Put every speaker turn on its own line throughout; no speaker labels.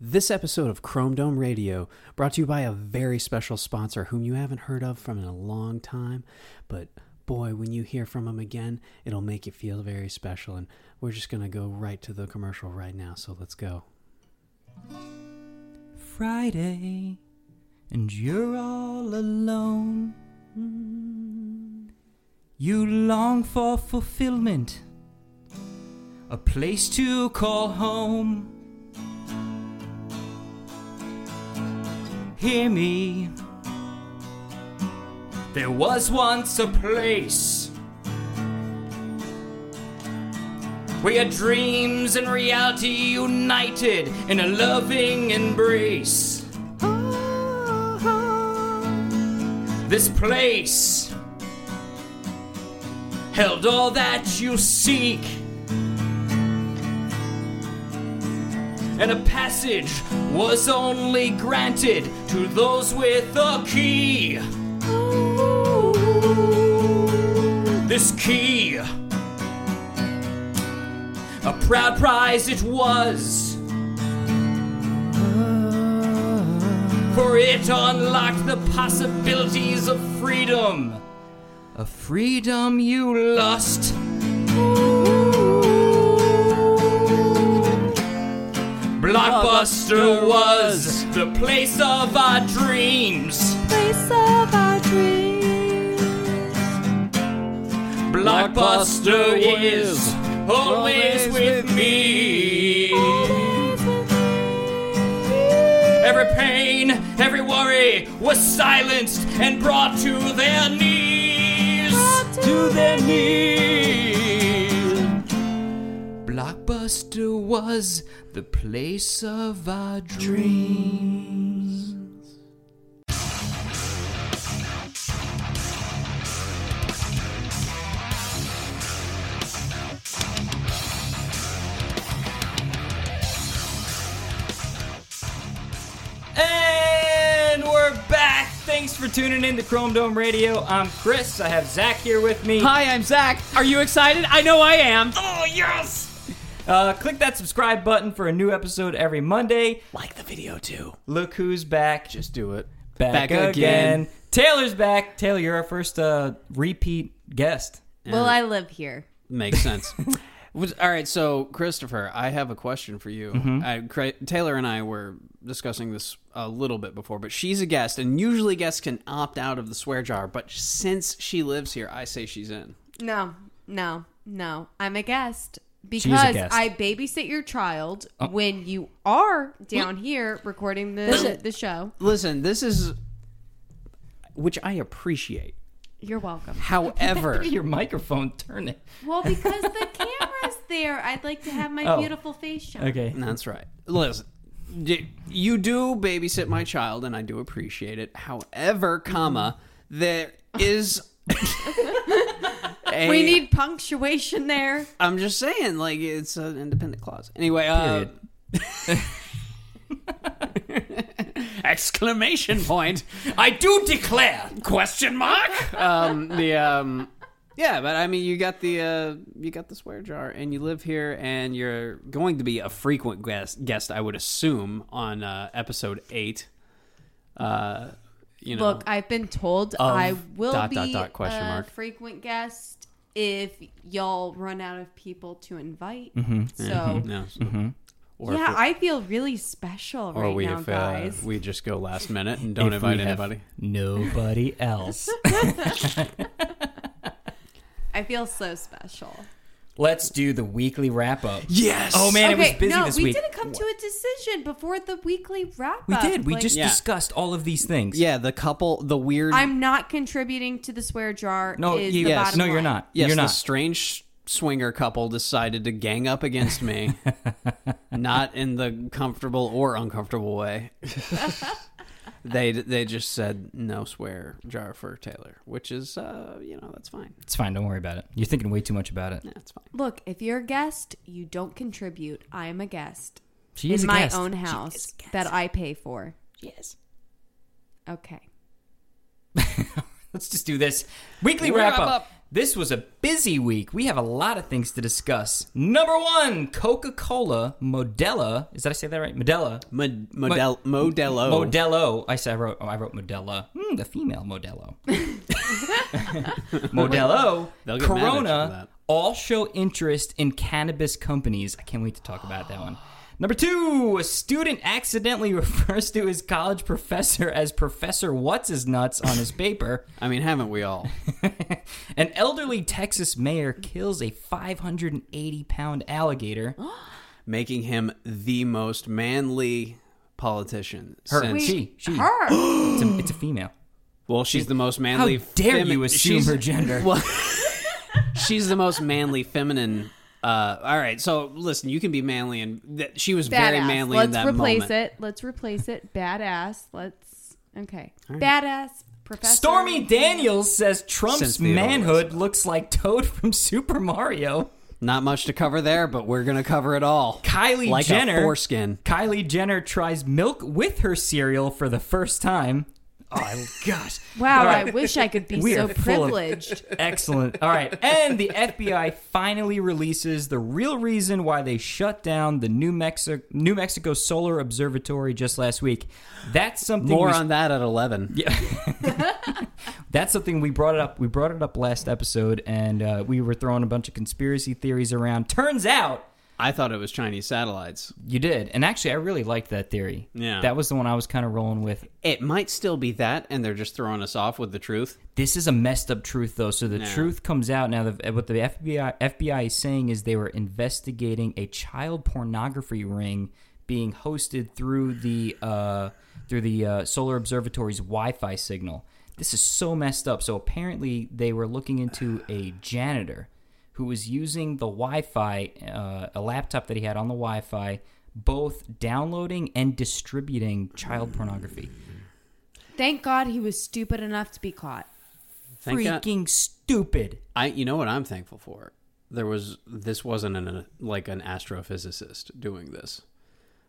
This episode of Chrome Dome Radio brought to you by a very special sponsor whom you haven't heard of from in a long time, but boy, when you hear from him again, it'll make you feel very special. And we're just going to go right to the commercial right now, so let's go.
Friday, and you're all alone. You long for fulfillment, a place to call home. Hear me. There was once a place where your dreams and reality united in a loving embrace. This place held all that you seek. And a passage was only granted to those with a key. This key a proud prize it was. For it unlocked the possibilities of freedom. A freedom you lost. Blockbuster was the place of our dreams.
place of our dreams.
Blockbuster is always with me. Every pain, every worry was silenced and brought to their knees. To their knees. Blockbuster was the place of our dreams. And we're back. Thanks for tuning in to Chrome Dome Radio. I'm Chris. I have Zach here with me.
Hi, I'm Zach. Are you excited? I know I am.
Oh, yes! Uh, click that subscribe button for a new episode every Monday.
Like the video too.
Look who's back.
Just do it.
back again.
Taylor's back. Taylor, you're our first uh, repeat guest.
Well, I live here.
Makes sense. Was- All right, so Christopher, I have a question for you.
Mm-hmm.
I, Cra- Taylor and I were discussing this a little bit before, but she's a guest, and usually guests can opt out of the swear jar. But since she lives here, I say she's in.
No, no, no. I'm a guest
a
because
guest. Oh.
I babysit your child when you are down here recording the the show.
Listen, this is which I appreciate.
You're welcome.
However,
Look at your microphone. Turn it.
Well, because the camera's there, I'd like to have my
Oh.
beautiful face shown.
Okay.
that's right. Listen, y- you do babysit my child, and I do appreciate it. However, comma
Mm-hmm.
there is. a-
We need punctuation there.
I'm just saying, like it's an independent clause. Anyway, uh, exclamation point!
I do declare.
Question mark? um, the um, yeah, but I mean, you got the uh, you got the swear jar, and you live here, and you're going to be a frequent guest. Guest, I would assume, on uh, episode eight. Uh, you know,
Look, I've been told I will
dot,
be
dot, dot, question
a
mark.
frequent guest if y'all run out of people to invite.
Mm-hmm.
So
no, Mm-hmm. so- or if
yeah,
we-
I feel really special
or
right
we
now,
if, uh,
guys.
we just go last minute and don't invite anybody.
Nobody else.
I feel so special.
Let's do the weekly wrap up.
Yes.
Oh man, it was busy
no,
this
we
week.
didn't come to a decision before the weekly wrap.
We did. We just
Yeah.
discussed all of these things.
Yeah, the couple, the weird.
I'm not contributing to the swear jar.
No,
is
you,
the
yes.
bottom
no, you're
line.
not.
Yes,
you're
the
not.
strange swinger couple decided to gang up against me, not in the comfortable or uncomfortable way. they they just said no swear jar for Taylor, which is uh, you know that's fine.
it's fine. Don't worry about it. You're thinking way too much about it.
That's fine.
Look, if you're a guest, you don't contribute. I am a guest
She is
in
a
my
guest.
own house that I pay for.
Yes.
Okay.
Let's just do this weekly
Wrap
wrap up.
up.
This was a busy week. We have a lot of things to discuss. Number one, Coca Cola Modella. Is that I say that right? Modella.
Mod- model- Modelo.
Modelo. I said I wrote. Oh, I wrote Modella. Hmm, the female Modelo. Modelo.
They'll get mad at you for
Corona.
that.
All show interest in cannabis companies. I can't wait to talk about that one. Number two, a student accidentally refers to his college professor as Professor What's His Nuts on his paper.
I mean, haven't we all?
An elderly Texas mayor kills a 580 pound alligator.
Oh,
Making him the most manly politician.
Her,
since-
she, she.
Her.
It's, a, it's a female.
well, she's the most
How
manly.
dare
femi-
you assume
she's-
her gender?
Well, she's the most manly feminine. Uh, all right, so listen, you can be manly, and that she was very
Badass.
manly
Let's
in that
replace
moment.
it. Let's replace it. Badass. Let's. Okay. Badass. Professor.
Stormy Daniels says
Since
Trump's
Theodore
manhood looks like Toad from Super Mario.
Not much to cover there, but we're gonna cover it all.
Kylie
like
Jenner.
a foreskin.
Kylie Jenner tries milk with her cereal for the first time. Oh, gosh.
Wow,
All right.
I wish I could be
We
so
are full of-
privileged.
Excellent. All right. And the FBI finally releases the real reason why they shut down the New Mexico New Mexico Solar Observatory just last week. That's something
More
we,
on that at eleven.
that's something we brought it up. We brought it up last episode and uh, we were throwing a bunch of conspiracy theories around. Turns out
I thought it was Chinese satellites.
you did. And actually I really liked that theory.
Yeah.
That was the one I was kind of rolling with.
It might still be that, and they're just throwing us off with the truth.
This is a messed up truth, though. So the truth comes out now. The, what the FBI FBI is saying is they were investigating a child pornography ring being hosted through the uh, through the uh, Solar Observatory's Wi-Fi signal. This is so messed up. So apparently they were looking into a janitor who was using the Wi-Fi, uh, a laptop that he had on the Wi-Fi, both downloading and distributing child pornography.
Thank God he was stupid enough to be caught.
Thank God-
Freaking stupid.
I, you know what I'm thankful for? There was this wasn't an uh, like an astrophysicist doing this.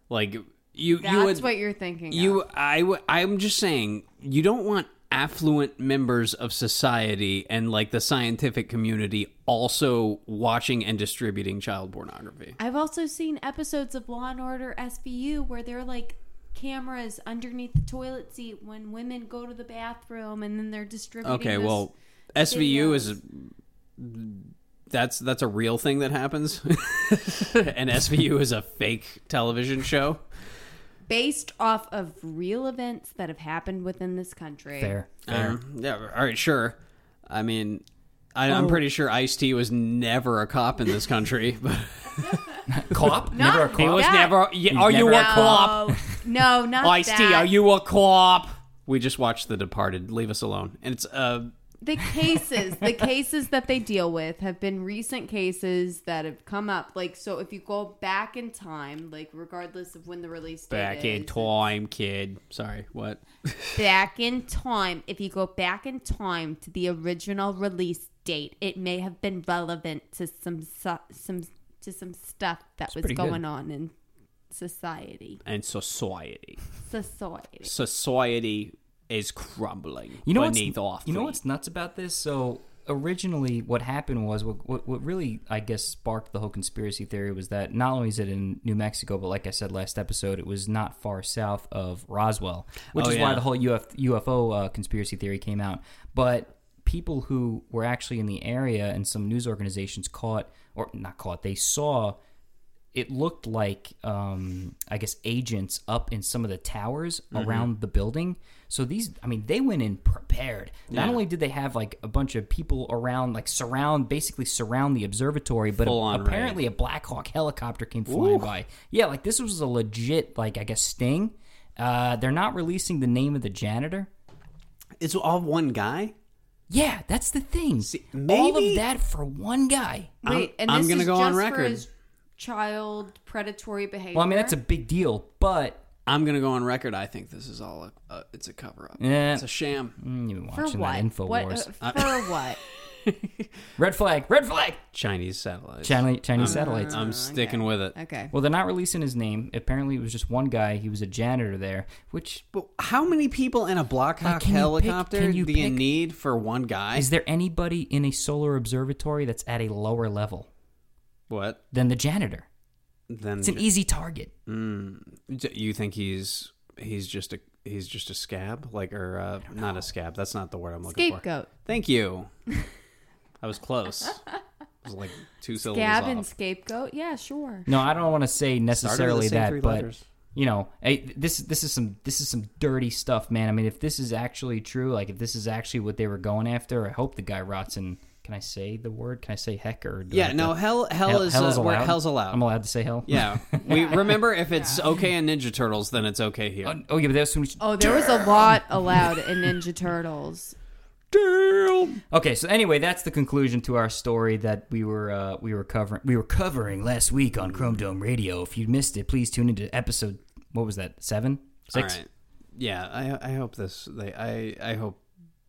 Like you,
That's
you would
what you're thinking.
you
of.
I w- I'm just saying you don't want affluent members of society and like the scientific community also watching and distributing child pornography.
I've also seen episodes of Law and Order SVU where they're like cameras underneath the toilet seat when women go to the bathroom, and then they're distributing.
Okay,
those-
well, SVU
videos.
is that's that's a real thing that happens, and SVU is a fake television show.
based off of real events that have happened within this country.
Fair. Fair.
Um, yeah, all right, sure. I mean, I, I'm pretty sure Ice T was never a cop in this country, but
Co-op? Never a
He
co-op.
was Yeah. never-
are you a
No, no, not
Ice
that.
T, Oh, are you a co-op? We just watched The Departed. Leave us alone. And it's uh,
the cases the cases that they deal with have been recent cases that have come up like so if you go back in time like regardless of when the release date
back in
is,
time, kid. Sorry, what?
back in time if you go back in time to the original release date it may have been relevant to some su- some to some stuff that was
pretty good.
going on in society
And society,
society
society is crumbling
You know what's,
beneath our
you know
feet.
what's nuts about this? So originally what happened was what, what, what really I guess sparked the whole conspiracy theory was that not only is it in New Mexico, but like I said last episode, it was not far south of Roswell, which
Oh,
is
yeah.
why the whole UF, UFO uh, conspiracy theory came out. But people who were actually in the area and some news organizations caught or not caught, they saw it looked like um, I guess agents up in some of the towers
Mm-hmm.
around the building. So these, I mean, they went in prepared. Not only did they have like a bunch of people around, like surround, basically surround the observatory, but a-
Full-on raid.
apparently a Black Hawk helicopter came flying by. Yeah, like this was a legit, like I guess sting. Uh, they're not releasing the name of the janitor.
It's all one guy.
Yeah, that's the thing. All
maybe-
of that for one guy.
wait and
I'm
this
gonna
is
go
just
on
for
record.
his child predatory behavior
Well, I mean, that's a big deal, but
I'm gonna go on record. I think this is all a, a it's a cover up.
Yeah.
It's a sham.
Mm, you've been
for
watching
what?
that Infowars.
What, uh, for what?
Red flag. Red flag.
Chinese satellites.
Chinese, Chinese
I'm-
satellites. Oh,
I'm sticking with it.
Okay.
Well, they're not releasing his name. Apparently, it was just one guy. He was a janitor there, which
But how many people in a Black Hawk
can you pick-
helicopter
can you
do you
pick-
need for one guy?
Is there anybody in a solar observatory that's at a lower level
what?
than the janitor?
Then
It's an e- easy target.
d- you think he's he's just a he's just a scab like or uh, not a scab? That's not the word I'm looking
Scapegoat.
for. Thank you. I was close. It was like two
Gab and
syllables off.
scapegoat. Yeah, sure.
No, I don't want to say necessarily
same
that,
three
but
letters.
you know, I, this this is some this is some dirty stuff, man. I mean, if this is actually true, like if this is actually what they were going after, I hope the guy rots in. Can I say the word? Can I say heck or? do I
Yeah,
have
no,
to-
hell hell, is, uh, where hell's allowed.
I'm allowed to say hell.
yeah, we remember if it's okay in Ninja Turtles, then it's okay here.
Oh, yeah, but that's when we should,
Oh, there was a lot allowed in Ninja Turtles.
Damn.
Okay, so anyway, that's the conclusion to our story that we were uh, we were covering we were covering last week on Chrome Dome Radio. If you missed it, please tune into episode what was that seven
All
six?
right. Yeah, I I hope this they I I hope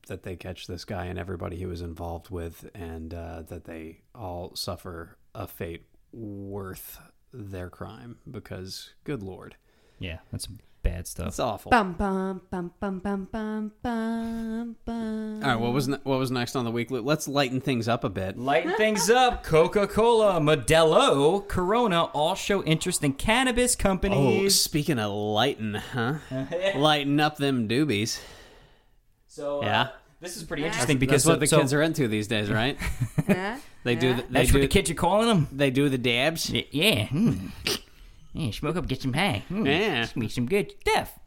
that they catch this guy and everybody he was involved with, and uh, that they all suffer a fate worth their crime. Because good lord,
Yeah, that's some bad stuff.
it's awful.
Bum bum bum bum bum bum bum bum.
all right, what was ne- what was next on the weekly? Let's lighten things up a bit.
Lighten things up. Coca Cola, Modelo, Corona all show interest in cannabis
Oh,
companies.
speaking of lighten, huh? lighten up them doobies.
so uh,
Yeah.
this is pretty interesting because
That's what the
so-
kids are into these days, right?
Yeah.
They do. The, they
That's what
do.
the kids are calling them.
they do the dabs.
Y- Yeah. Hmm. yeah. Smoke up, get some high. Hmm.
Yeah.
It's gonna be some good stuff.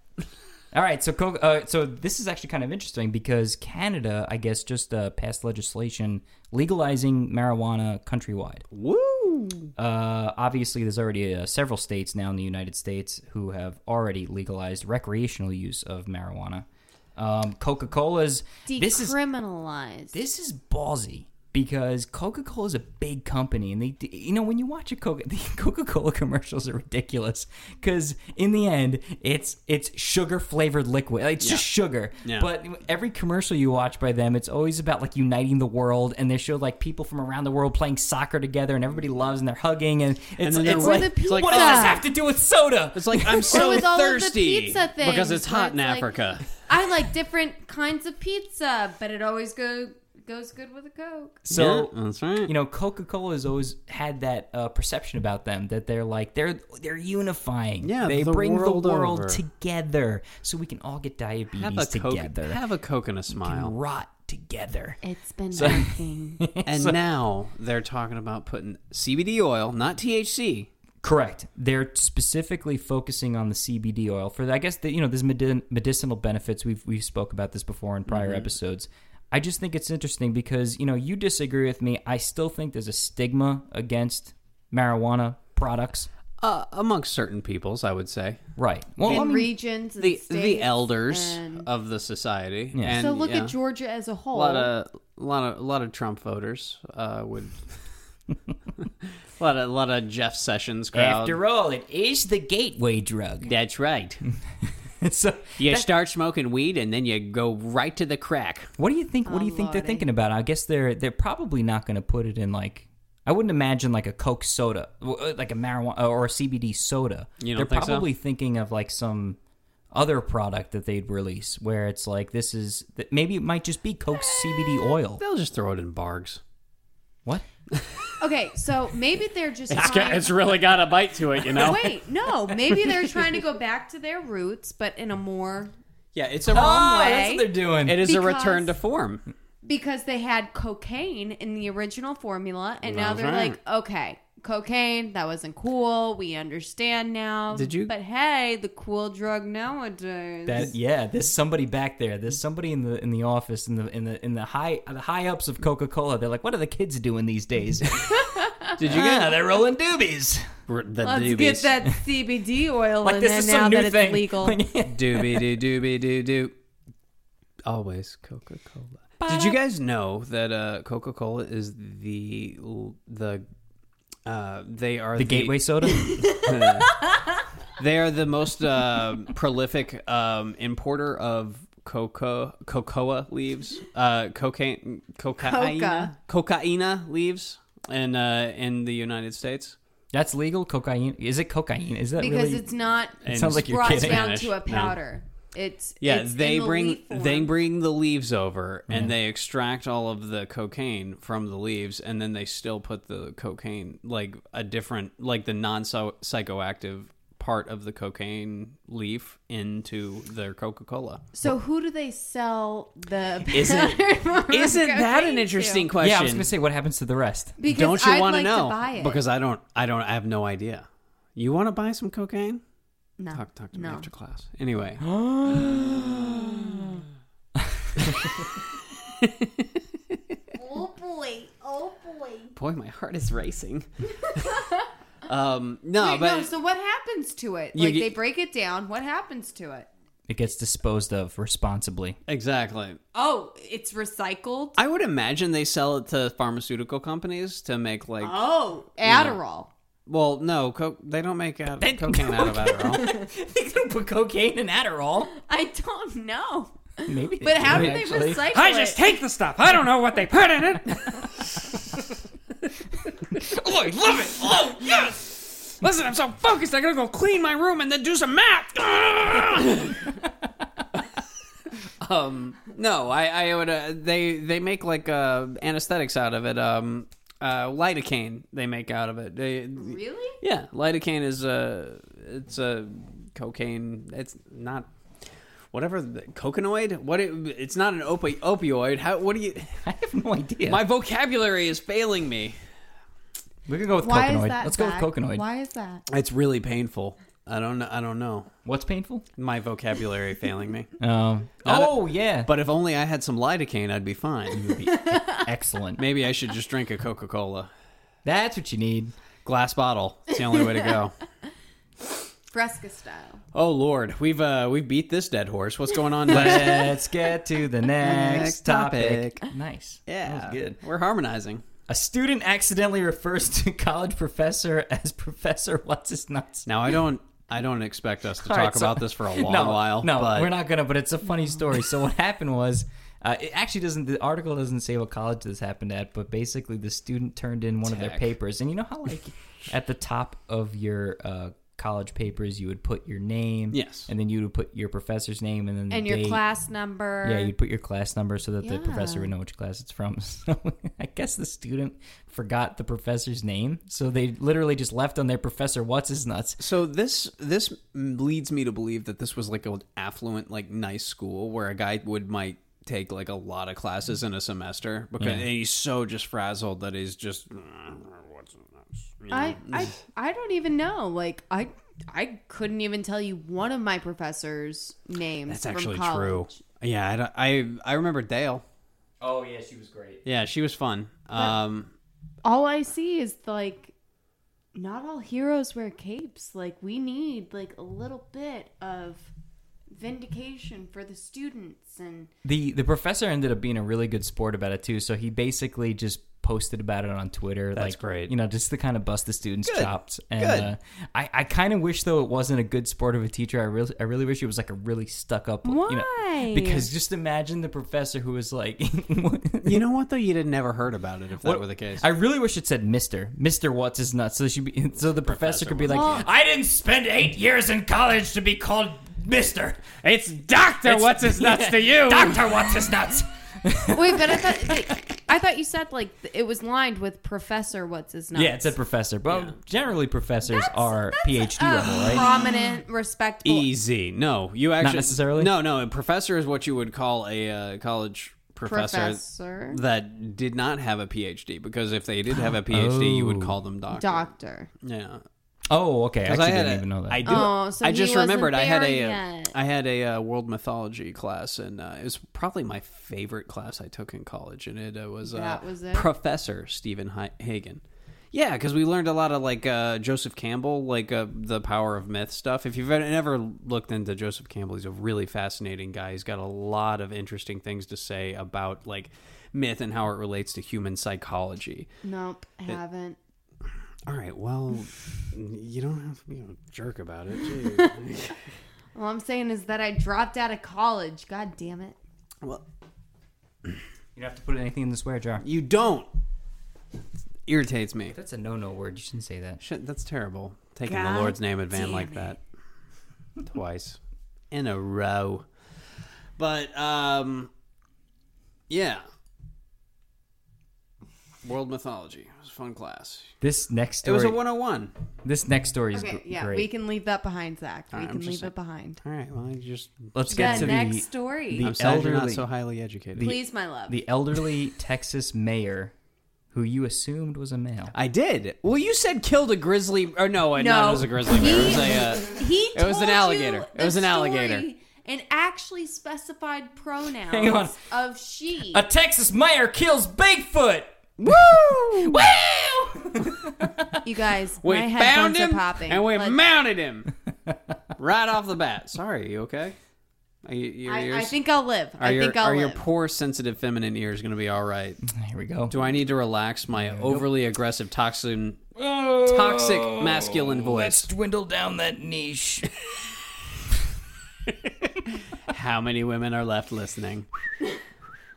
All right. So, Coke- uh, so this is actually kind of interesting because Canada, I guess, just uh, passed legislation legalizing marijuana countrywide.
Woo!
Uh, obviously, there's already uh, several states now in the United States who have already legalized recreational use of marijuana. Um, Coca-Cola's this is
Decriminalized.
this is ballsy because Coca Cola is a big company, and they, you know, when you watch a Coca, the Coca Cola commercials are ridiculous because in the end, it's it's sugar flavored liquid, it's just sugar.
Yeah.
But every commercial you watch by them, it's always about like uniting the world, and they show like people from around the world playing soccer together, and everybody loves, and they're hugging, and it's,
then they're
it's
with-
like,
Or the
what does
pizza.
this have to do with soda?
It's like I'm so
with all of the
thirsty
pizza things,
because it's
where
hot
it's
in
like-
Africa.
I like different kinds of pizza, but it always go, goes good with a Coke.
So
Yeah, that's right.
You know, Coca Cola has always had that uh, perception about them that they're like they're they're unifying.
Yeah,
they
the
bring
world
the world
over.
together, so we can all get diabetes
have a coke,
together,
have a coke and a smile.
rot together.
It's been nothing.
And now they're talking about putting CBD oil, not THC.
Correct. They're specifically focusing on the CBD oil for I guess the, you know there's medin- medicinal benefits. We've we've spoke about this before in
Mm-hmm.
prior episodes. I just think it's interesting because you know you disagree with me. I still think there's a stigma against marijuana products.
Uh, amongst certain peoples, I would say
Right. Well, Oh, I
in
mean-
regions, and
the the
states
elders
and-
of the society.
Yeah.
And,
so look
yeah,
at Georgia as a
A
whole.
lot of lot of lot of Trump voters uh, would. a lot of lot of Jeff Sessions crowd.
After all, it is the gateway drug.
that's right.
so,
You start smoking weed and then you go right to the crack.
what do you think? What do you think they're
Lordy.
thinking about? I guess they're they're probably not going to put it in like I wouldn't imagine like a Coke soda, w- uh, like a marijuana or a CBD soda.
You don't
they're
think so?
probably thinking of like some other product that they'd release where it's like this is th- maybe it might just be Coke CBD oil.
They'll just throw it in bargs.
What?
okay, so maybe they're just.
got-
trying-
really got a bite to it, you know.
Wait, no. Maybe they're trying to go back to their roots, but in a more
yeah, it's a
Oh, that's
way.
what they're doing.
it is a
Because- Uh-huh.
return to form.
because they had cocaine in the original formula, and now
That's
they're
right.
like, okay, cocaine that wasn't cool. We understand now.
Did you-
But hey, the cool drug nowadays.
That yeah, there's somebody back there. There's somebody in the in the office in the in the in the high the high ups of Coca Cola. They're like, what are the kids doing these days?
Did you
yeah, they're rolling doobies.
the
Let's get that CBD oil
Like
in
this
there
is
now
some
that
new
it's
thing.
legal.
Like,
doobie doo doobie doo doo? Always Coca Cola. Did you guys know that uh, Coca Cola is the the uh, they are
the gateway soda.
They are the most uh, prolific um, importer of cocoa cocoa leaves, uh, cocaine cocaina
Coca.
cocaina leaves, in uh, in the United States.
That's legal. Cocaine is it? Cocaine is that
because
really?
it's not
And
sounds like you're
brought
kidding.
down
Spanish,
to a
no.
powder. It's
Yeah,
it's
they
in the
bring
leaf form.
they bring the leaves over and they extract all of the cocaine from the leaves and then they still put the cocaine like a different like the non psychoactive part of the cocaine leaf into their Coca-Cola.
So who do they sell the?
Isn't-
powder for
Isn't that
cocaine
an
to?
interesting question?
yeah, I was gonna say what happens to the rest.
Because
don't you
I'd
wanna
like to
know?
buy it.
Because I don't I don't I have no idea. You want to buy some cocaine?
no,
Talk talk to
no.
me after class. Anyway.
Oh boy! Oh boy!
Boy, my heart is racing. um no,
Wait,
but
no, so what happens to it?
You
Like
get-
they break it down. What happens to it?
It gets disposed of responsibly.
exactly.
Oh, it's recycled.
I would imagine they sell it to pharmaceutical companies to make like.
Oh, Adderall.
Well, no, co- they don't make uh, cocaine out of Adderall.
they gonna put cocaine in Adderall?
I don't know.
Maybe.
But how do
do
they recycle
I
it?
just take the stuff. I don't know what they put in it. oh, I love it. Oh, yes. Listen, I'm so focused. I gotta go clean my room and then do some math.
um, no, I, I would. Uh, they they make like uh, anesthetics out of it. Um, uh, lidocaine they make out of it. They,
Really?
yeah, lidocaine is uh, it's a cocaine. It's not whatever the, cocanoid. What it, it's not an opi- opioid. How what do you?
I have no idea.
My vocabulary is failing me.
We're gonna go with
Why
coconoid.
is that?
Let's
bad?
go with coconoid.
Why is that?
It's really painful. I don't. kn- I don't know.
What's painful?
my vocabulary failing me.
Um,
Not a-
oh yeah,
But if only I had some lidocaine, I'd be fine.
excellent.
Maybe I should just drink a Coca Cola
That's what you need.
glass bottle. It's the only way to go.
Fresca style.
Oh Lord, we've uh, we've beat this dead horse. What's going on? next?
Let's get to the next
Next topic.
topic. Nice.
yeah,
good.
We're harmonizing.
A student accidentally refers to college professor as Professor What's His Nuts.
Now I don't I don't expect us to
All
talk
right, so-
about this for a long
no,
while.
No,
but
we're not gonna. But it's a funny story. So what happened was, uh, it actually doesn't. The article doesn't say what college this happened at, but basically the student turned in one of their
Tech.
papers, and you know how like at the top of your uh, college papers you would put your name,
Yes.
and then you would put your professor's name, and then the
And your
date.
class number.
Yeah, you'd put your class number so that the
Yeah.
professor would know which class it's from. So I guess the student forgot the professor's name, so they literally just left on their professor what's his nuts.
So this this leads me to believe that this was like an affluent, like nice school where a guy would might take like a lot of classes in a semester because
Yeah.
he's so just frazzled that he's just "Mm,
I, I I don't even know. Like I I couldn't even tell you one of my professors' names.
That's
from
actually true.
college.
Yeah, I, don't- I I remember Dale.
Oh yeah, she was great.
Yeah, she was fun. Um,
All I see is like not all heroes wear capes. Like we need like a little bit of vindication for the students and
The the professor ended up being a really good sport about it too. So he basically just posted about it on Twitter.
That's
like,
great.
You know, just to kind of bust the students'
Good.
chops. And
Good.
Uh, I I kind of wish though it wasn't a good sport of a teacher. I really I really wish it was like a really stuck up. You
Why?
know, because just imagine the professor who was like.
you know what though? You'd have never heard about it if that were the case.
I really wish it said Mister. Mister What's his nuts. So she be, so the professor, could be like,
Well-
I didn't spend eight years in college to be called Mister.
It's Doctor What's His Nuts to you.
Doctor What's his nuts.
Wait, but I thought like, I thought you said like th- it was lined with Professor What's his name?
Yeah, it said professor, but generally professors
That's-
are
that's
PhD
a
level, right?
Prominent, respectable.
Easy. No, you actually
necessarily?
No, no. A professor is what you would call a uh, college professor,
Professor.
that did not have a PhD. Because if they did have a PhD, you would
Oh.
call them doctor.
Doctor.
yeah.
Oh, okay. I
'Cause
actually
had
didn't
a-
even know that.
I do.
Oh, so
I
he
just
wasn't
remembered. I had a.
there
Uh,
yet.
I had a uh, world mythology class, and uh, it was probably my favorite class I took in college, and it uh, was, uh,
That was it?
Professor Stephen Hi- Hagen. Yeah, because we learned a lot of like uh, Joseph Campbell, like uh, the power of myth stuff. If you've e-, ever- never looked into Joseph Campbell, he's a really fascinating guy. He's got a lot of interesting things to say about like myth and how it relates to human psychology.
Nope, haven't.
All right, well, you don't have to be a jerk about it. Gee.
Well, All I'm saying is that I dropped out of college. God damn it.
Well,
You don't have to put anything in the swear jar.
you don't. Irritates me.
That's a no-no word. You shouldn't say that.
Shit, that's terrible. Taking
God
the Lord's name in vain
damn
like
it.
that. Twice. In a row. But um yeah. World mythology. It was a fun class.
This next
It
story.
was a 101.
This next story is
Okay,
gr-
yeah,
great.
we can leave that behind, Zach. We
Alright, I'm
can
just
leave
saying-
it behind.
All right, well, I just
Let's
The
get to
next
the
story.
the-
I'm sad you're not
elderly-
so highly educated.
Please, my love.
the elderly Texas mayor, who you assumed was a male.
I did. Well, you said killed a grizzly or no, no,
no,
it was a grizzly bear. It was a uh,
he
it was an
told you
alligator. It
the
was an alligator.
story And actually specified pronouns
Hang on.
of she.
A Texas mayor kills Bigfoot.
Woo!
Woo!
you guys,
We
my
found
headphones
him
are popping.
and we
Let's-
mounted him right off the bat. Sorry, you okay? Are you, your
I,
ears?
I think I'll live.
are
I
your,
think
are
I'll
your
live.
poor sensitive feminine ears going to be all right?
Here we go.
Do I need to relax my overly aggressive toxin?
Oh,
Toxic masculine
Let's
voice.
dwindle down that niche.
How many women are left listening?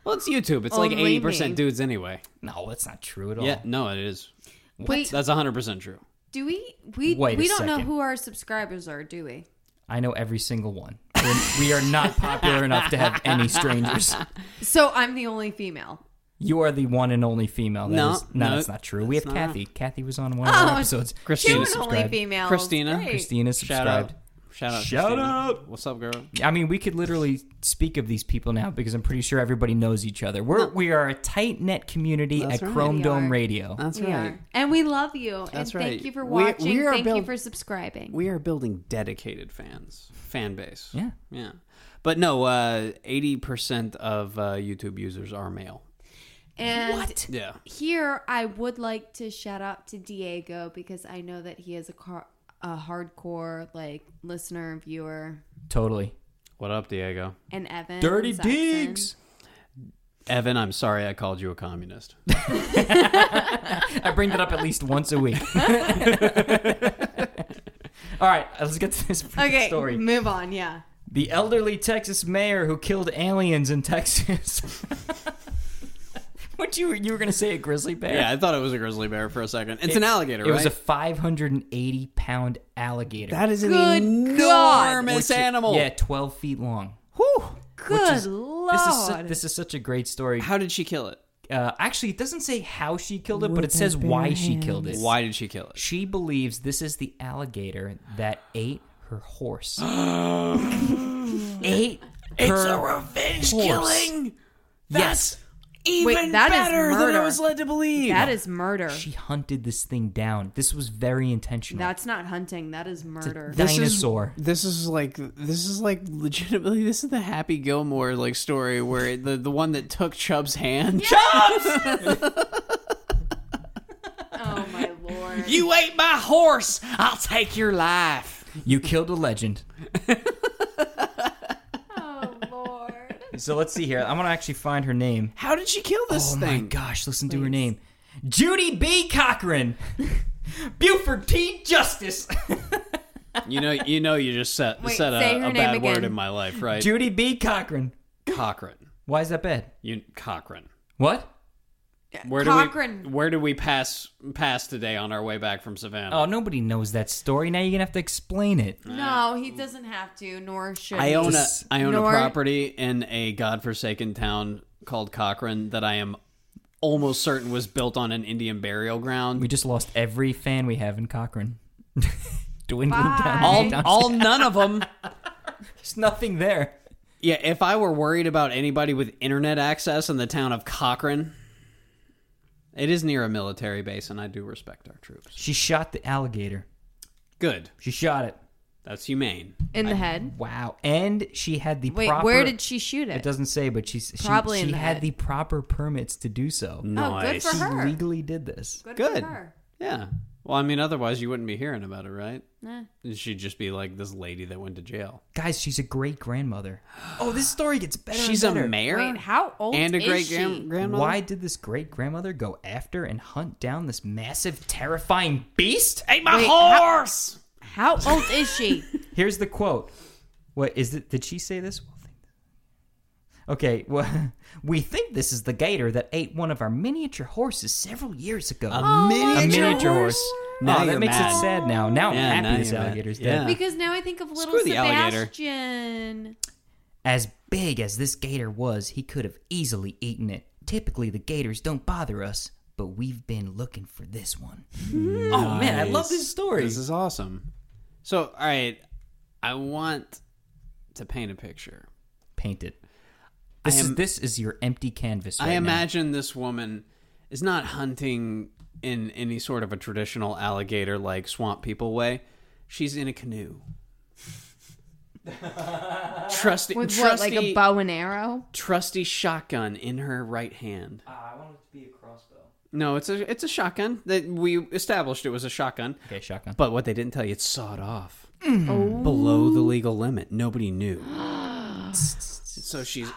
Well, it's YouTube. It's like
Only
eighty percent
me.
dudes anyway.
no, that's not true at all.
Yeah, no, it is.
Wait,
That's hundred percent true.
do we? We
Wait a
we don't know
second.
who our subscribers are, do we?
I know every single one. We're, we are not popular enough to have any strangers.
So I'm the only female.
You are the one and only female. That
No,
is- no,
no,
that's not true. We have
that's not
Kathy. Kathy was on one of our
Oh,
episodes.
Christina
She
Christina's
was only
subscribed.
female.
Christina.
Christina
Shout
subscribed.
out. Shout out.
Shout
Christina.
out.
What's up, girl?
I mean, we could literally speak of these people now because I'm pretty sure everybody knows each other. We're we are a tight knit community
That's
at
right.
Chrome
We
Dome
are. Uh,
Radio.
That's
We
right.
are. And we love you. and
That's right.
thank you for
We-
watching.
we are
thank you
built-
for subscribing.
We are building dedicated fans, fan base.
yeah,
Yeah. But no, uh, eighty percent of uh, YouTube users are male.
and
Yeah.
here I would like to shout out to Diego because I know that he is a car- a hardcore like listener and viewer
totally.
What up, Diego?
and Evan
Dirty
Saxon.
Diggs.
Evan, I'm sorry I called you a communist.
I bring that up at least once a week. All right, let's get to this
Okay,
story.
move on. Yeah,
The elderly Texas mayor who killed aliens in Texas. what you you were gonna say a grizzly bear?
yeah, I thought it was a grizzly bear for a second. It's an alligator,
It was a
right?
580 pound alligator.
that is an
Good God.
enormous
Which-
animal.
Yeah, 12 feet long.
Whew.
good
This is, su-
lord.
this is such a great story.
How did she kill it?
Uh, actually, it doesn't say how she killed it, but it says why she killed it.
Why did she kill it?
She believes this is the alligator that ate her horse. ate her
revenge
horse. Yes.
even
Wait, that is murder.
led to believe.
that is murder.
She hunted this thing down. This was very intentional.
That's not hunting. That is murder.
That- dinosaur.
Is, this is like this is like legitimately this is the Happy Gilmore like story where it- the the one that took Chubb's hand.
oh my lord.
You ate my horse. I'll take your life.
you killed a legend.
oh lord.
So let's see here. I'm going to actually find her name.
How did she kill this
Oh my
thing?
gosh, listen to her name. Judy B. Cochran. Buford T. Justice.
You know, you know, you just set
Wait,
said
say her
a, a
name
bad
again.
word in my life, right?
Judy B. Cochran.
Cochrane.
Why is that bad?
You Cochrane.
What?
Where do
Cochrane.
we where do we pass pass today on our way back from Savannah?
Oh, nobody knows that story. Now you're going to have to explain it.
No, he doesn't have to, nor should
I
he.
own a
Just-
I own
Nor-
a property in a godforsaken town called Cochrane that I am almost certain was built on an Indian burial ground.
We just lost every fan we have in Cochran. Dwindling
Bye.
down.
all,
down-
all none of them.
There's nothing there.
Yeah, if I were worried about anybody with internet access in the town of Cochrane, it is near a military base, and I do respect our troops.
She shot the alligator.
Good,
She shot it.
that's humane.
in the head.
Wow. And she had the
Wait,
proper.
where did she shoot
It
it?
doesn't say, but she's, she,
Probably
she
in the
had
head.
the proper permits to do so.
Oh, good
Nice.
for her.
She legally did this.
Good,
Good.
for her.
Yeah. Well, I mean, otherwise you wouldn't be hearing about it, right?
Nah.
She'd just be like this lady that went to jail.
Guys, she's a great grandmother. Oh, this story gets better.
She's a
and better.
mayor
Wait, how old
and a
is
great
she?
gran- grandmother.
Why did this great grandmother go after and hunt down this massive, terrifying beast?
Ate my
Wait,
horse.
How old is she?
Here's the quote What is it? Did she say this? We'll think- Okay, well, we think this is the gator that ate one of our miniature horses several years ago.
Oh,
miniature,
a miniature horse.
Uh, Now
oh,
you're
that makes
mad.
it sad now. Now
Yeah,
I'm
now
happy this
you're mad.
alligator's
Yeah.
dead.
Because now I think of little
Screw the alligator.
Sebastian.
As big as this gator was, he could have easily eaten it. Typically, the gators don't bother us, but we've been looking for this one. Oh man, I love this story.
This is awesome. So, all right, I want to paint a picture.
Paint it. This is
am-
this is your empty canvas. Right
I
now.
imagine this woman is not hunting in any sort of a traditional alligator like swamp people way. She's in a canoe. trusty,
With what,
trusty,
like a bow and arrow?
trusty shotgun in her right hand.
Ah, I want it to be a crossbow.
No, it's a it's a shotgun that we established it was a shotgun.
Okay, shotgun.
But what they didn't tell you, it's sawed off below the legal limit. Nobody knew. so she's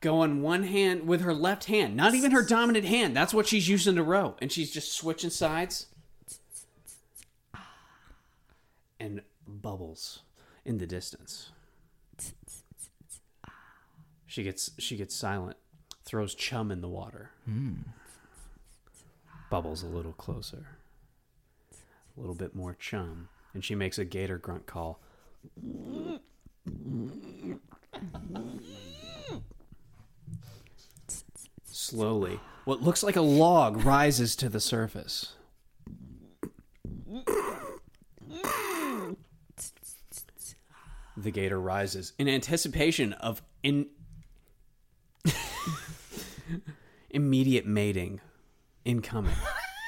going one hand with her left hand, not even her dominant hand. That's what she's using to row, and she's just switching sides. And bubbles in the distance. She gets she gets silent, throws chum in the water. Bubbles a little closer a little bit more chum, and she makes a gator grunt call. Slowly, what looks like a log rises to the surface. The gator rises in anticipation of in immediate mating incoming.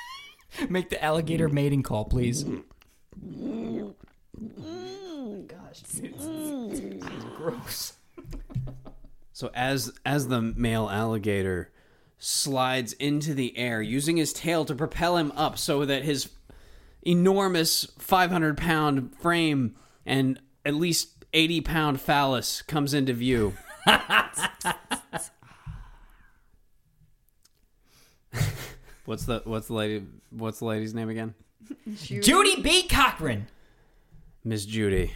Make the alligator mating call, please.
Mm.
Gosh, dude. gross.
So as as the male alligator slides into the air, using his tail to propel him up, so that his enormous 500 pound frame and at least 80 pound phallus comes into view. what's the what's the lady what's the lady's name again?
Judy B. Cochran.
Miss Judy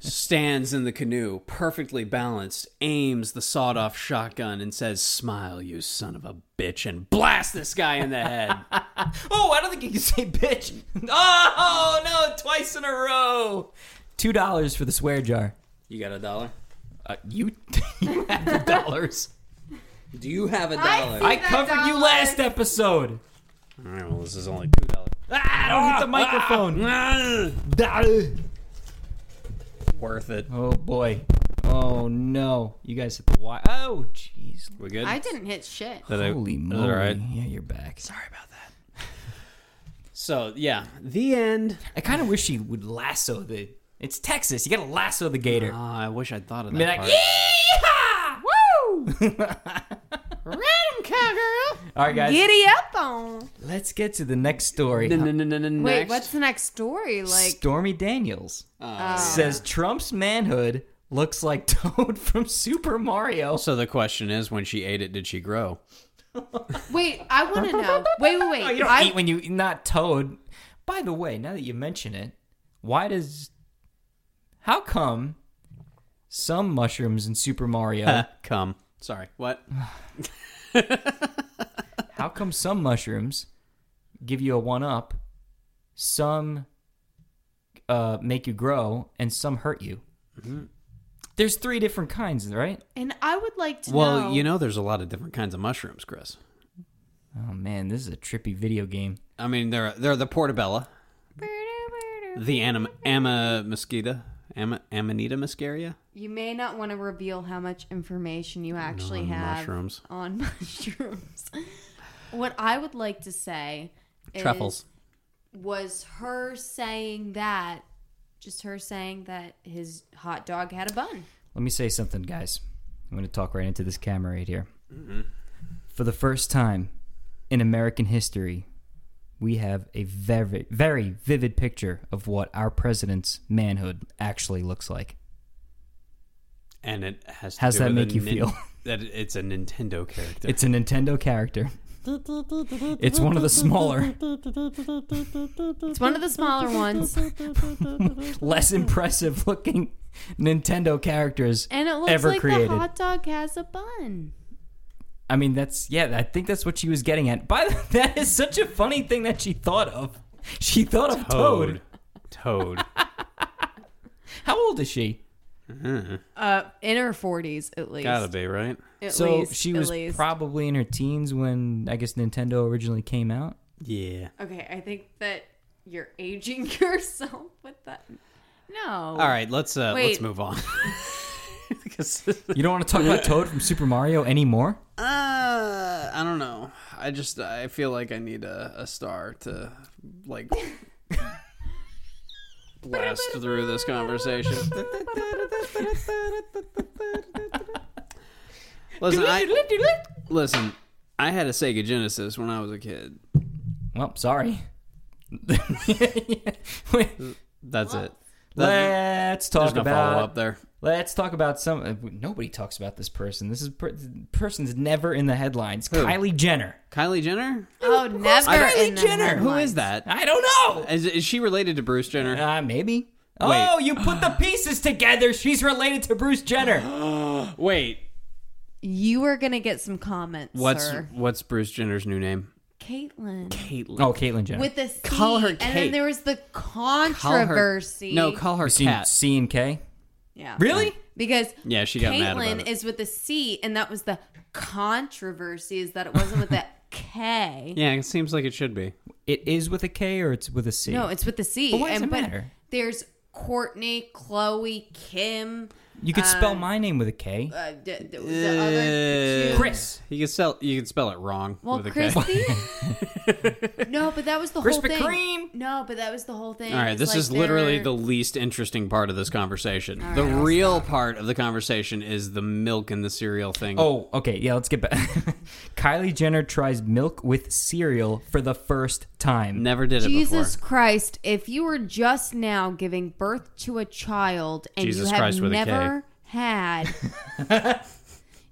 stands in the canoe, perfectly balanced, aims the sawed off shotgun, and says, Smile, you son of a bitch, and blast this guy in the head.
Oh, I don't think you can say bitch. Oh no, twice in a row. Two dollars for the swear jar.
you got a dollar?
Uh, you, you have the dollars.
Do you have a
I
dollar?
I
see that
covered you
dollar.
last episode.
All right, well, this is only $2.
Ah, don't hit the
ah.
microphone.
Worth it.
Oh boy. Oh no. You guys hit the wire. Oh jeez.
We good?
I didn't hit shit.
Did I-
Holy
is it
moly.
all right?
Yeah, you're back.
Sorry about that. So, yeah, the end.
I kind of wish he would lasso the. It's Texas. You gotta lasso the gator.
Oh, I wish I'd thought of that.
Be like,
part.
"Yee-haw! Woo!
Random cowgirl.
All right, guys.
Giddy up on.
Let's get to the next story.
N-n-n-n-n-next.
Wait, what's the next story? Like,
Stormy Daniels
Uh,
says Trump's manhood looks like Toad from Super Mario.
so the question is, when she ate it, did she grow?
wait, I want to know. Wait, wait, wait.
Oh, you don't
I,
eat when you not Toad. By the way, now that you mention it, why does how come some mushrooms in Super Mario?
Come. Sorry. What?
how come some mushrooms give you a one up, some uh, make you grow, and some hurt you? There's three different kinds, right?
and I would like to
Well,
know.
you know, there's a lot of different kinds of mushrooms, Chris.
Oh man, this is a trippy video game.
I mean, they're they're the portabella, the anim, ama mosquita, ama, amanita muscaria.
You may not want to reveal how much information you actually
On
have
mushrooms.
on mushrooms. what I would like to say is-
Truffles.
was her saying that, just her saying that his hot dog had a bun.
Let me say something, guys. I'm going to talk right into this camera right here. For the first time in American history, we have a very, very vivid picture of what our president's manhood actually looks like.
And it has. To
How's
do
that
with
make
a
you
nin-
feel?
That it's a Nintendo character.
It's a Nintendo character. It's one of the smaller,
It's one of the smaller ones,
less impressive looking Nintendo characters
and it looks
ever
like
created.
the hot dog has a bun.
I mean, that's yeah. I think that's what she was getting at. By the, that is such a funny thing that she thought of. She thought of Toad.
Toad.
How old is she?
Uh, in her forties at least.
Gotta be, right?
At
so
least,
she
at
was
least.
probably in her teens when I guess Nintendo originally came out.
Yeah.
okay. I think that you're aging yourself with that. No.
All right, let's uh, let's
Wait.
move on. 'Cause this-
You don't want to talk about Toad from Super Mario anymore.
uh, I don't know. I just I feel like I need a, a star to like blast through this conversation. listen, I, listen. I had a Sega Genesis when I was a kid.
Well, sorry.
That's it. That, there's
Let's talk
no follow up
about.
there.
Let's talk about some. uh, Nobody talks about this person. This is per, person's never in the headlines. Kylie Jenner.
Kylie Jenner.
Oh, never.
Kylie
in the
Jenner?
Who is
headlines.
that?
I don't know.
Is, is she related to Bruce Jenner?
Uh, maybe. Oh, you put the pieces together. She's related to Bruce Jenner.
Wait,
You are gonna get some comments,
what's
sir.
what's Bruce Jenner's new name?
Caitlyn
Caitlyn.
Oh, Caitlyn Jenner.
with a C,
Call her
and
Kate.
then there was the
Call her-
controversy.
no, call her
C,
cat.
C and K.
yeah,
Really?
because
Yeah, she got mad about
Caitlyn
it.
is with a C, and that was the controversy is that it wasn't with a K.
yeah, it seems like it should be.
It is with a K or it's with a C.
No, it's with the C.
But why does
and,
it matter?
There's Courtney, Chloe, Kim,
you could spell my name with a K.
uh, d- d- the other two.
Chris.
You can spell you can spell it wrong
Well,
Uh, with a K.
Christy. no, but that was the whole
Krispy
thing.
Kreme.
No, but that was the whole thing.
All right,
It's
this
like
is literally
they're-
the least interesting part of this conversation. the real part of the conversation is the milk and the cereal thing.
Oh, okay. Yeah, let's get back. Kylie Jenner tries milk with cereal for the first time.
never did it
Jesus
before.
Christ, if you were just now giving birth to a child and
Jesus
you have
Christ with a K.
never had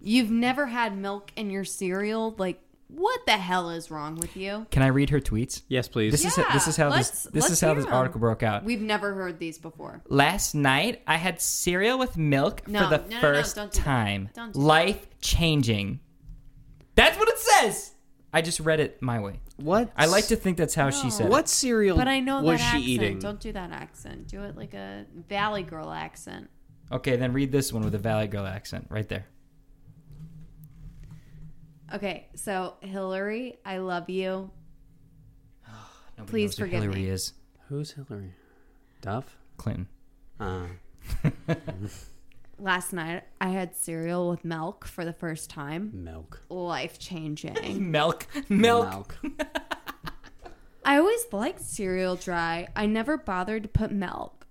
you've never had milk in your cereal, like what the hell is wrong with you?
Can I read her tweets?
Yes, please.
This is this is how this
let's-
this is
let's
how
hear
this
'em.
article broke out.
We've never heard these before.
Last night I had cereal with milk
No,
for
no,
the
no, no,
first
don't do that.
time.
Don't do that.
Life changing. That's what it says. I just read it my way.
what
I like to think that's how she said. it.
What cereal
But I know
was
that
she
accent.
eating?
Don't do that accent. Do it like a Valley Girl accent.
Okay, then read this one with a Valley Girl accent right there.
Okay, so Hillary, I love you.
Nobody
Please
knows who
forgive
Hillary
me.
is
Who's Hillary? Duff?
Clinton.
Uh,
Last night I had cereal with milk for the first time.
milk.
Life changing.
Milk, milk.
I always liked cereal dry. I never bothered to put milk.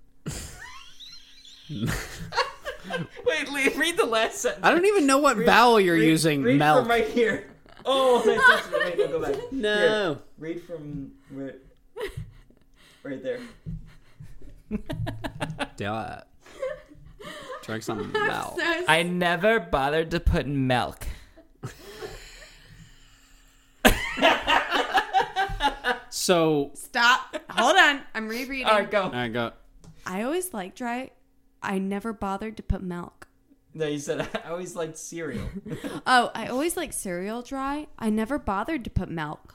Wait, Lee, read the last sentence.
I don't even know what vowel you're using.
Read
milk.
from right here. Oh, that's just, wait, no, go back.
no.
Read from where, right there.
Do it. Drink some milk.
I never bothered to put milk.
So
Stop. Hold on. I'm rereading.
Oh,
All right, go.
I got.
I always liked dry. I never bothered to put milk.
No, you said I always liked cereal.
Oh, I always liked cereal dry. I never bothered to put milk.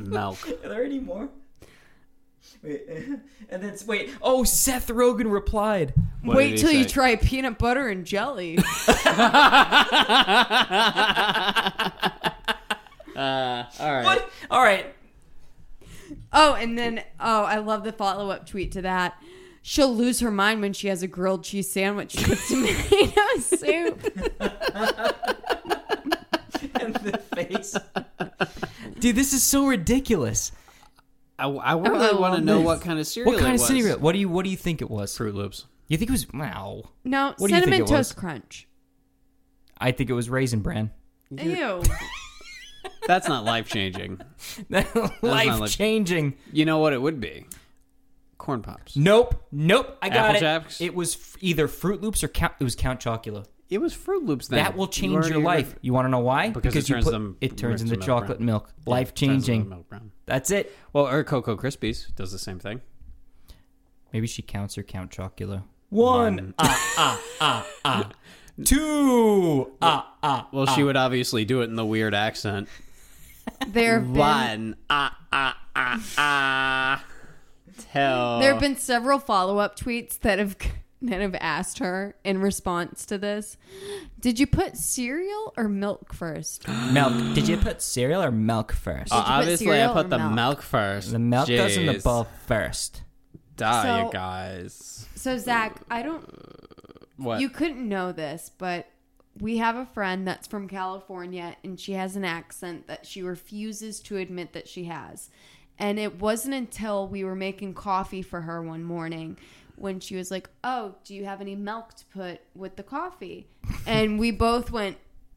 Milk.
Are there any more? Wait, and then wait. Oh, Seth Rogen replied.
What did
Wait
he
till you
say?
try peanut butter and jelly.
Uh, All right.
What? All right.
oh, and then, oh, I love the follow up tweet to that. She'll lose her mind when she has a grilled cheese sandwich with tomato soup.
And the face. Dude, this is so ridiculous.
I, I really want to know what kind of cereal.
What kind
it
of
was.
cereal? What do you What do you think it was?
Fruit Loops.
You think it was? Wow.
No,
What do you think
cinnamon
it was?
toast crunch.
I think it was raisin bran.
Ew.
That's not life changing.
Life changing.
You know what it would be? Corn pops.
Nope. Nope. I got
Apple
it.
Jacks?
It was f- either Fruit Loops or Count, it was Count Chocula.
It was Fruit Loops. Then
That will
You
change
already
your
re-
life. You want to know why?
Because it
you
turns them-
it
turns
turns into
them milk
chocolate
brown.
milk. Life
Turns them
changing.
milk brown.
That's it.
Well, or Cocoa Krispies does the same thing.
Maybe she counts her Count Chocula. One, ah, ah, ah, ah. Two, ah, ah.
Well, she would obviously do it in the weird accent.
There have been
One ah ah ah ah. Tell
There have been several follow up tweets that have that have asked her in response to this. Did you put cereal or milk first?
Milk. Did you put cereal or milk first?
Uh,
put
obviously, I
cereal
put
or
the milk?
milk?
first.
the milk goes in the
Jeez.
bowl first.
Die,
So-
you guys.
So Zach, I don't.
What?
You couldn't know this, but we have a friend that's from California, and she has an accent that she refuses to admit that she has. And it wasn't until we were making coffee for her one morning when she was like, "Oh, do you have any milk to put with the coffee?" And we both went,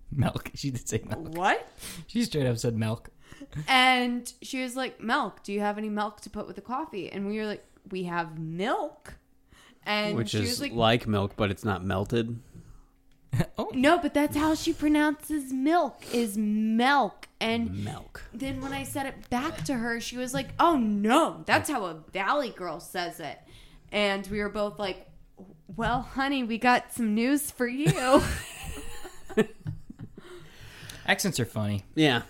Milk. She did say milk.
"What?"
She straight up said milk.
And she was like, "Milk? Do you have any milk to put with the coffee?" And we were like, "We have milk." And
Which
she
is
was like,
like... milk, but it's not melted.
Oh,
"No, but that's how she pronounces milk is milk."
Mm-hmm.
And
Milk.
then when I said it back to her, she was like, "Oh no, that's how a valley girl says it." And we were both like, "Well, honey, we got some news for you.
Accents are funny.
Yeah.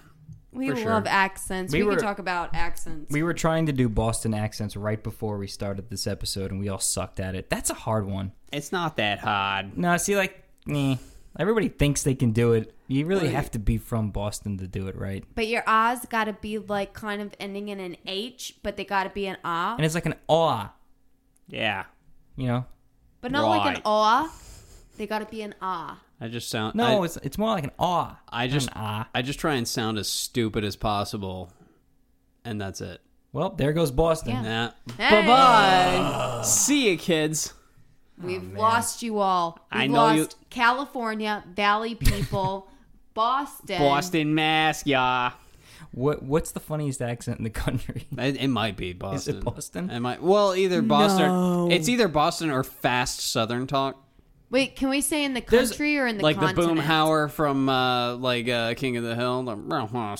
we
For sure.
love accents.
We
We,
were-
can talk about accents."
We were trying to do Boston accents right before we started this episode, and we all sucked at it. That's a hard one.
It's not that hard.
No, see, like, meh. everybody thinks they can do it. You really have to be from Boston to do it right.
but your ah's got to be like kind of ending in an h, but they got to be an ah.
And it's like an awe,
Yeah.
you know?
But not like
Right. Oh,
an aw. They gotta be an ah.
I just sound.
No,
I,
it's it's more like an awe.
I just.
an ah.
I just try and sound as stupid as possible, and that's it.
Well, there goes Boston.
Yeah.
Nah.
Hey!
Bye. See you, kids.
We've lost you all. We've
I know
lost
you-
California, Valley people, Boston.
Boston mask, yeah.
What what's the funniest accent in the country?
It, it might be Boston.
Boston?
It might. Well, either Boston. It's either Boston or fast Southern talk,
Wait, can we say in the
There's-
country or in the
like the
continent?
Boomhauer from uh, like uh, King of the Hill. Well,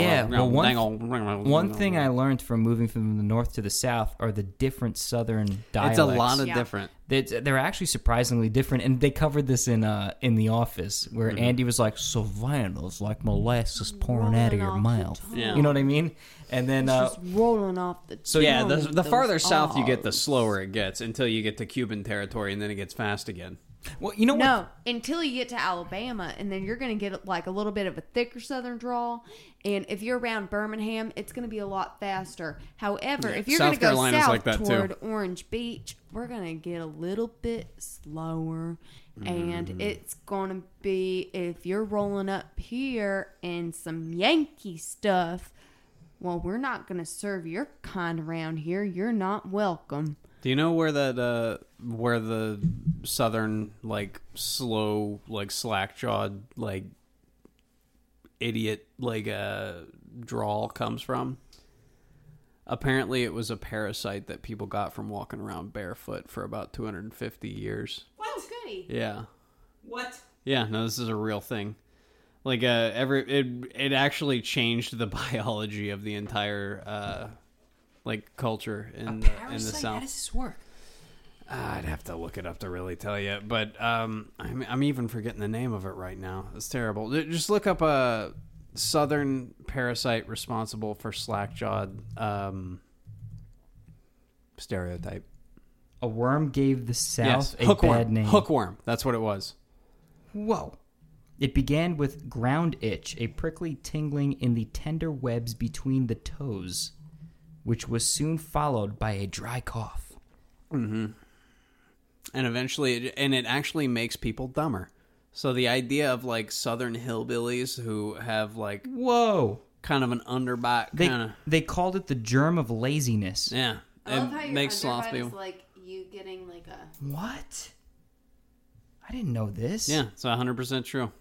yeah, well, one, one thing I learned from moving from the north to the south are the different southern dialects.
It's a lot of
Yeah.
different.
They- they're actually surprisingly different, and they covered this in uh in the office where
Mm-hmm.
Andy was like, "Savannah's like molasses pouring out of your
Rolling off the
mouth,"
Yeah.
you know what I mean? And then uh,
Just rolling off the
so
Yeah,
yeah,
the, the
those
farther south you get, the
Rs.
slower it gets until you get to Cuban territory, and then it gets fast again.
well, you know what?
No, until you get to Alabama, and then you're going to get like a little bit of a thicker southern drawl. And if you're around Birmingham, it's going to be a lot faster. However, if you're
South
going to go
Carolina's
south
like that, too.
toward Orange Beach, we're going to get a little bit slower. And
Mm.
it's going to be if you're rolling up here and some Yankee stuff. Well, we're not going to serve your kind around here. You're not welcome.
Do you know where that uh, where the southern like slow like slack jawed like idiot like uh, drawl comes from? Apparently, it was a parasite that people got from walking around barefoot for about 250 years.
What? goody.
Yeah. What? Yeah, no, this is a real thing. Like uh every it it actually changed the biology of the entire uh like culture in the, in the south.
this work?
I'd have to look it up to really tell you, but um, I'm I'm even forgetting the name of it right now. It's terrible. J- Just look up a southern parasite responsible for slack-jawed um, stereotype.
A worm gave the South
Yes,
a
hookworm.
bad name.
Hookworm. That's what it was.
Whoa. It began with ground itch, a prickly tingling in the tender webs between the toes, which was soon followed by a dry cough.
and eventually it, and it actually makes people dumber so the idea of like southern hillbillies who have like
Whoa.
kind of an underbite
They
kind of
they called it the germ of laziness.
yeah
I love how
it
your
makes
underbite
sloth
is
people
like you getting like a
What? I didn't know this.
yeah it's 100% true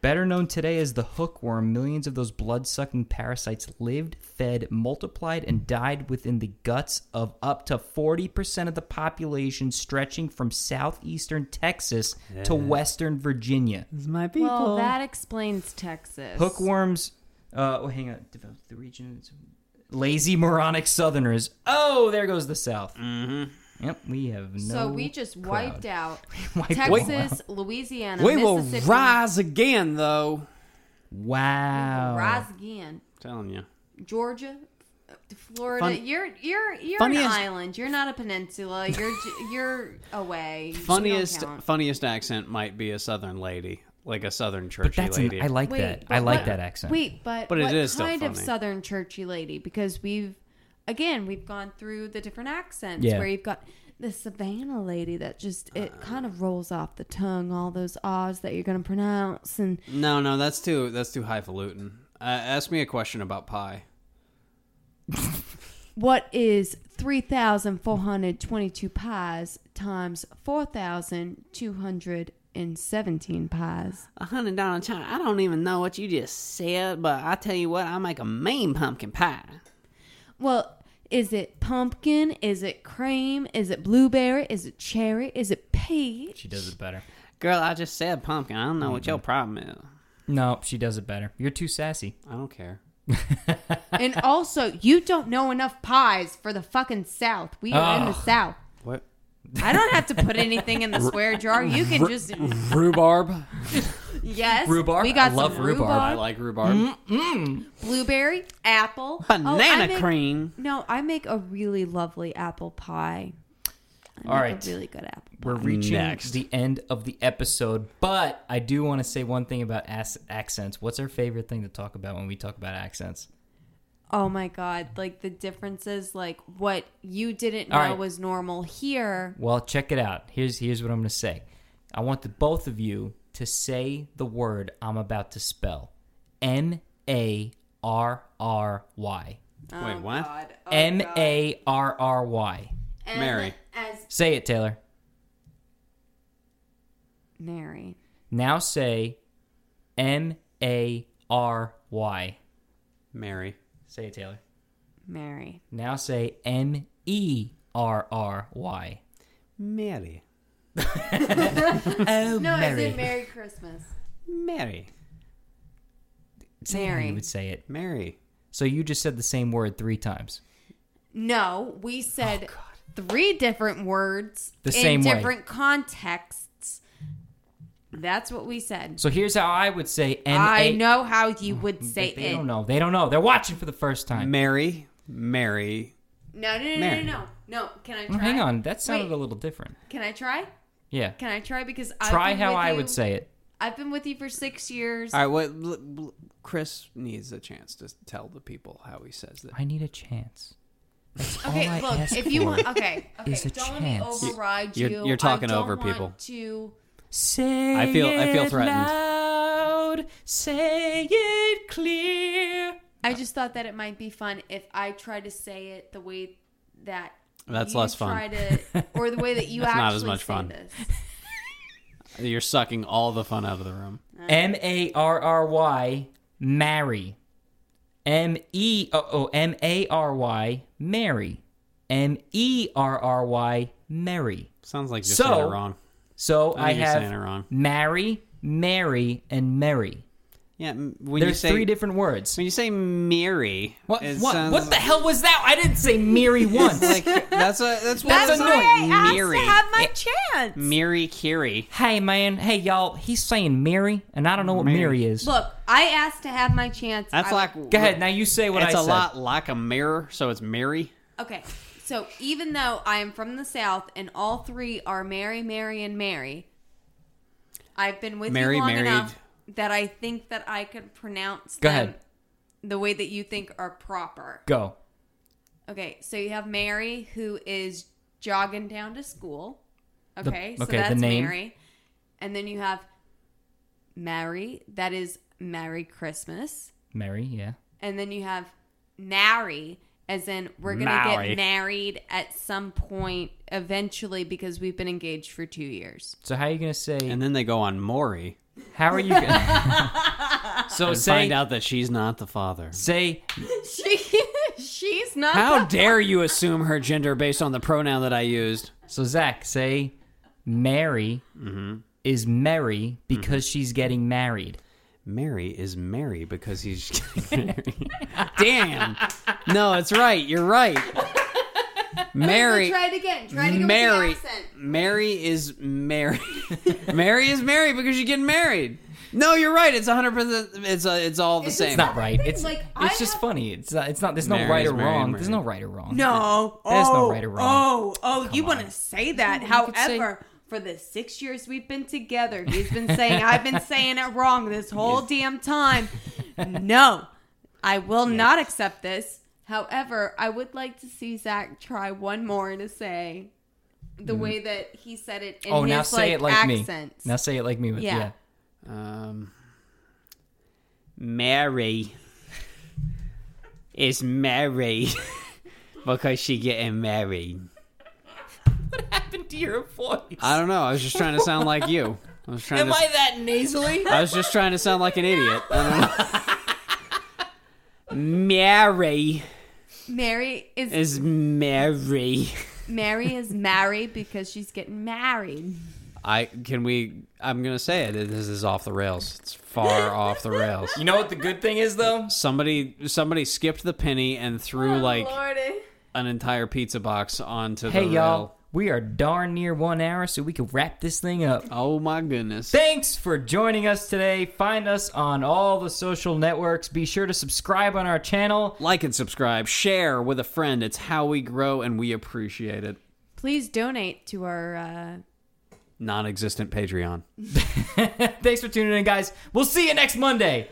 Better known today as the hookworm, millions of those blood sucking parasites lived, fed, multiplied, and died within the guts of up to 40% of the population, stretching from southeastern Texas to western Virginia.
It's my people.
Well, that explains Texas.
Hookworms, uh, oh, hang on, developed the region. Lazy, moronic southerners. Oh, there goes the South. Mm-hmm. Yep, we have no.
So we just wiped out
Wiped them
Texas, Louisiana,
we will
Mississippi.
rise again, though.
Wow.
rise again.
telling you.
Georgia, uh, Florida.
Fun-
you're you're you're an
Funniest-
island. You're not a peninsula. You're j- you're away. You don't
Funniest
count.
funniest accent might be a southern lady, like a southern
But
churchy
that's an,
lady.
I like that. I
but
like
what-
that accent.
Wait, but
But it
what
is still
kind of
funny.
Southern churchy lady? Because we've again we've gone through the different accents
Yeah.
where you've got the Savannah lady that just
Uh.
it kind of rolls off the tongue all those R's that you're going to pronounce and
no, no, that's too that's too highfalutin. Uh, ask me a question about pie.
what is three thousand four hundred twenty-two pies times four thousand two hundred and seventeen pies?
A hundred dollar china. I don't even know what you just said, but I tell you what, I make a mean pumpkin pie.
Well, is it pumpkin? Is it cream? Is it blueberry? Is it cherry? Is it peach?
She does it better.
Girl, I just said pumpkin. I don't know what your problem is.
No, she does it better. You're too sassy.
I don't care.
and also, you don't know enough pies for the fucking South. We are in the South.
What?
I don't have to put anything in the swear jar. You can just
Rhubarb.
yes.
Rhubarb?
We got
I love
some
rhubarb.
I like rhubarb.
blueberry, apple, Oh, I
Mm, Banana
make-
cream.
No, I make a really lovely apple pie. I make
All right.
a really good apple.
We're reaching
Next.
the end of the episode, but I do want to say one thing about ass- accents. What's our favorite thing to talk about when we talk about accents?
Oh my god! Like the differences, like what you didn't know
All right.
was normal here.
Well, check it out. Here's here's what I'm going to say. I want the both of you to say the word I'm about to spell. M A R R Y.
Oh
Wait, what?
M A R R Y.
And
Mary.
As
Say it, Taylor.
Mary.
Now say M A R Y.
Mary.
Say it, Taylor.
Mary.
Now say M E R R Y.
Mary.
Oh,
No, Mary. is it Merry Christmas?
Mary.
Say how
Mary.
you would say it.
Mary.
So you just said the same word three times.
No, we said three different words
Oh, The
in
same way.
different contexts. That's what we said.
So here's how I would say M
I
A-
know how you would
They,
say
Oh, they
it. Mm-hmm.
don't know. They don't know. They're watching for the first time.
Mary. Mary.
No, no, no,
Mary.
no, no, no. No, can I try?
Oh, hang on. That sounded
Wait.
a little different.
Can I try?
Yeah.
Can I try? Because I've
Try
been
how
with
I
you-
would say it.
I've been with you for six years.
All right, what l- l- Chris needs a chance to tell the people how he says that.
I need a chance. That's all I
Okay, look,
ask
if you
for.
want, okay, okay,
is a
don't let me
chance.
override you.
You're- you're talking
I don't
over
want
people.
To
Say
I feel- I feel
it
threatened.
Loud, say it clear.
I just thought that it might be fun if I try to say it the way that
That's
you
less fun.
Try to, or the way that you
That's
actually
not as much
say
fun.
this.
You're sucking all the fun out of the room.
M A R R Y, marry. M E oh oh M A R Y, marry. M E R R Y, merry.
Sounds like you're
So-
saying it wrong.
So
I
I,
think you're saying it
have
wrong.
marry, marry, and merry.
Yeah, m- when you
There's
say
three different words.
when you say Mary,
What?
it
What?
sounds
what the hell was that? I didn't say merry once.
like that's what that's what
That's
it sounds
why
like.
I asked
Mary,
to have my chance.
Mary Curie.
hey man, hey y'all. He's saying merry, and I don't know what merry, is.
Look, I asked to have my chance.
That's
I-
like
Go ahead. Now you say what
It's
I
a
said.
lot like a mirror, so it's Mary.
okay. So even though I am from the South and all three are Mary, Mary, and Mary, I've been with
Mary,
you long
married.
enough that I think that I could pronounce
Go
them
ahead.
the way that you think are proper.
Go.
Okay, so you have Mary who is jogging down to school. Okay, so
okay, the
that's
name.
Mary. And then you have Mary, that is Merry Christmas.
Merry. Yeah.
And then you have Mary, as in we're gonna
Marry.
get married at some point eventually because we've been engaged for two years.
So how are you gonna say?
And then they go on Maury
how are you? gonna... so
and
say
find out that she's not the father.
say
She she's not
How
the-
dare you assume her gender based on the pronoun that I used?
so Zach say Mary
Mm-hmm.
is Mary because she's getting married.
Mary is Mary because he's getting married. Damn. No, it's right. You're right. Mary.
Try it again. Try it again
Mary.
with the accent.
Mary is Mary. Mary is Mary because you're getting married. No, you're right. It's 100%. It's uh, it's all the
It's
same.
It's not right.
Thing,
It's
like, I
it's just
have-
funny. It's not, it's not. There's no
Mary
right
is
or
Mary,
wrong.
Mary.
There's no right or wrong.
No.
There's
oh,
no right or wrong.
Oh, oh, you
Come
want
on.
to say that.
could say-
However, for the six years we've been together, he's been saying I've been saying it wrong this whole damn time. No, I will not accept this. However, I would like to see Zach try one more to say the way that he said it in
Mm. Oh,
his
now say
like,
it like
accent.
me. Now say it like me. With,
Yeah.
yeah.
Um, Mary is Mary because she getting married.
What happened to your voice?
I don't know. I was just trying to sound like you. I was trying
Am
to.
I that nasally?
I was just trying to sound like an idiot. I don't know. Mary
Mary is,
is Mary.
Mary is married because she's getting married.
I can we? I'm gonna say it. This is off the rails. It's far off the rails.
You know what the good thing is though?
Somebody somebody skipped the penny and threw like
Oh, Lordy.
an entire pizza box onto
Hey
the rail.
y'all, we are darn near one hour, so we can wrap this thing up.
Oh my goodness.
Thanks for joining us today. Find us on all the social networks. Be sure to subscribe on our channel.
Like and subscribe, share with a friend. It's how we grow and we appreciate it.
Please donate to our uh,
Non existent Patreon.
Thanks for tuning in, guys. We'll see you next Monday.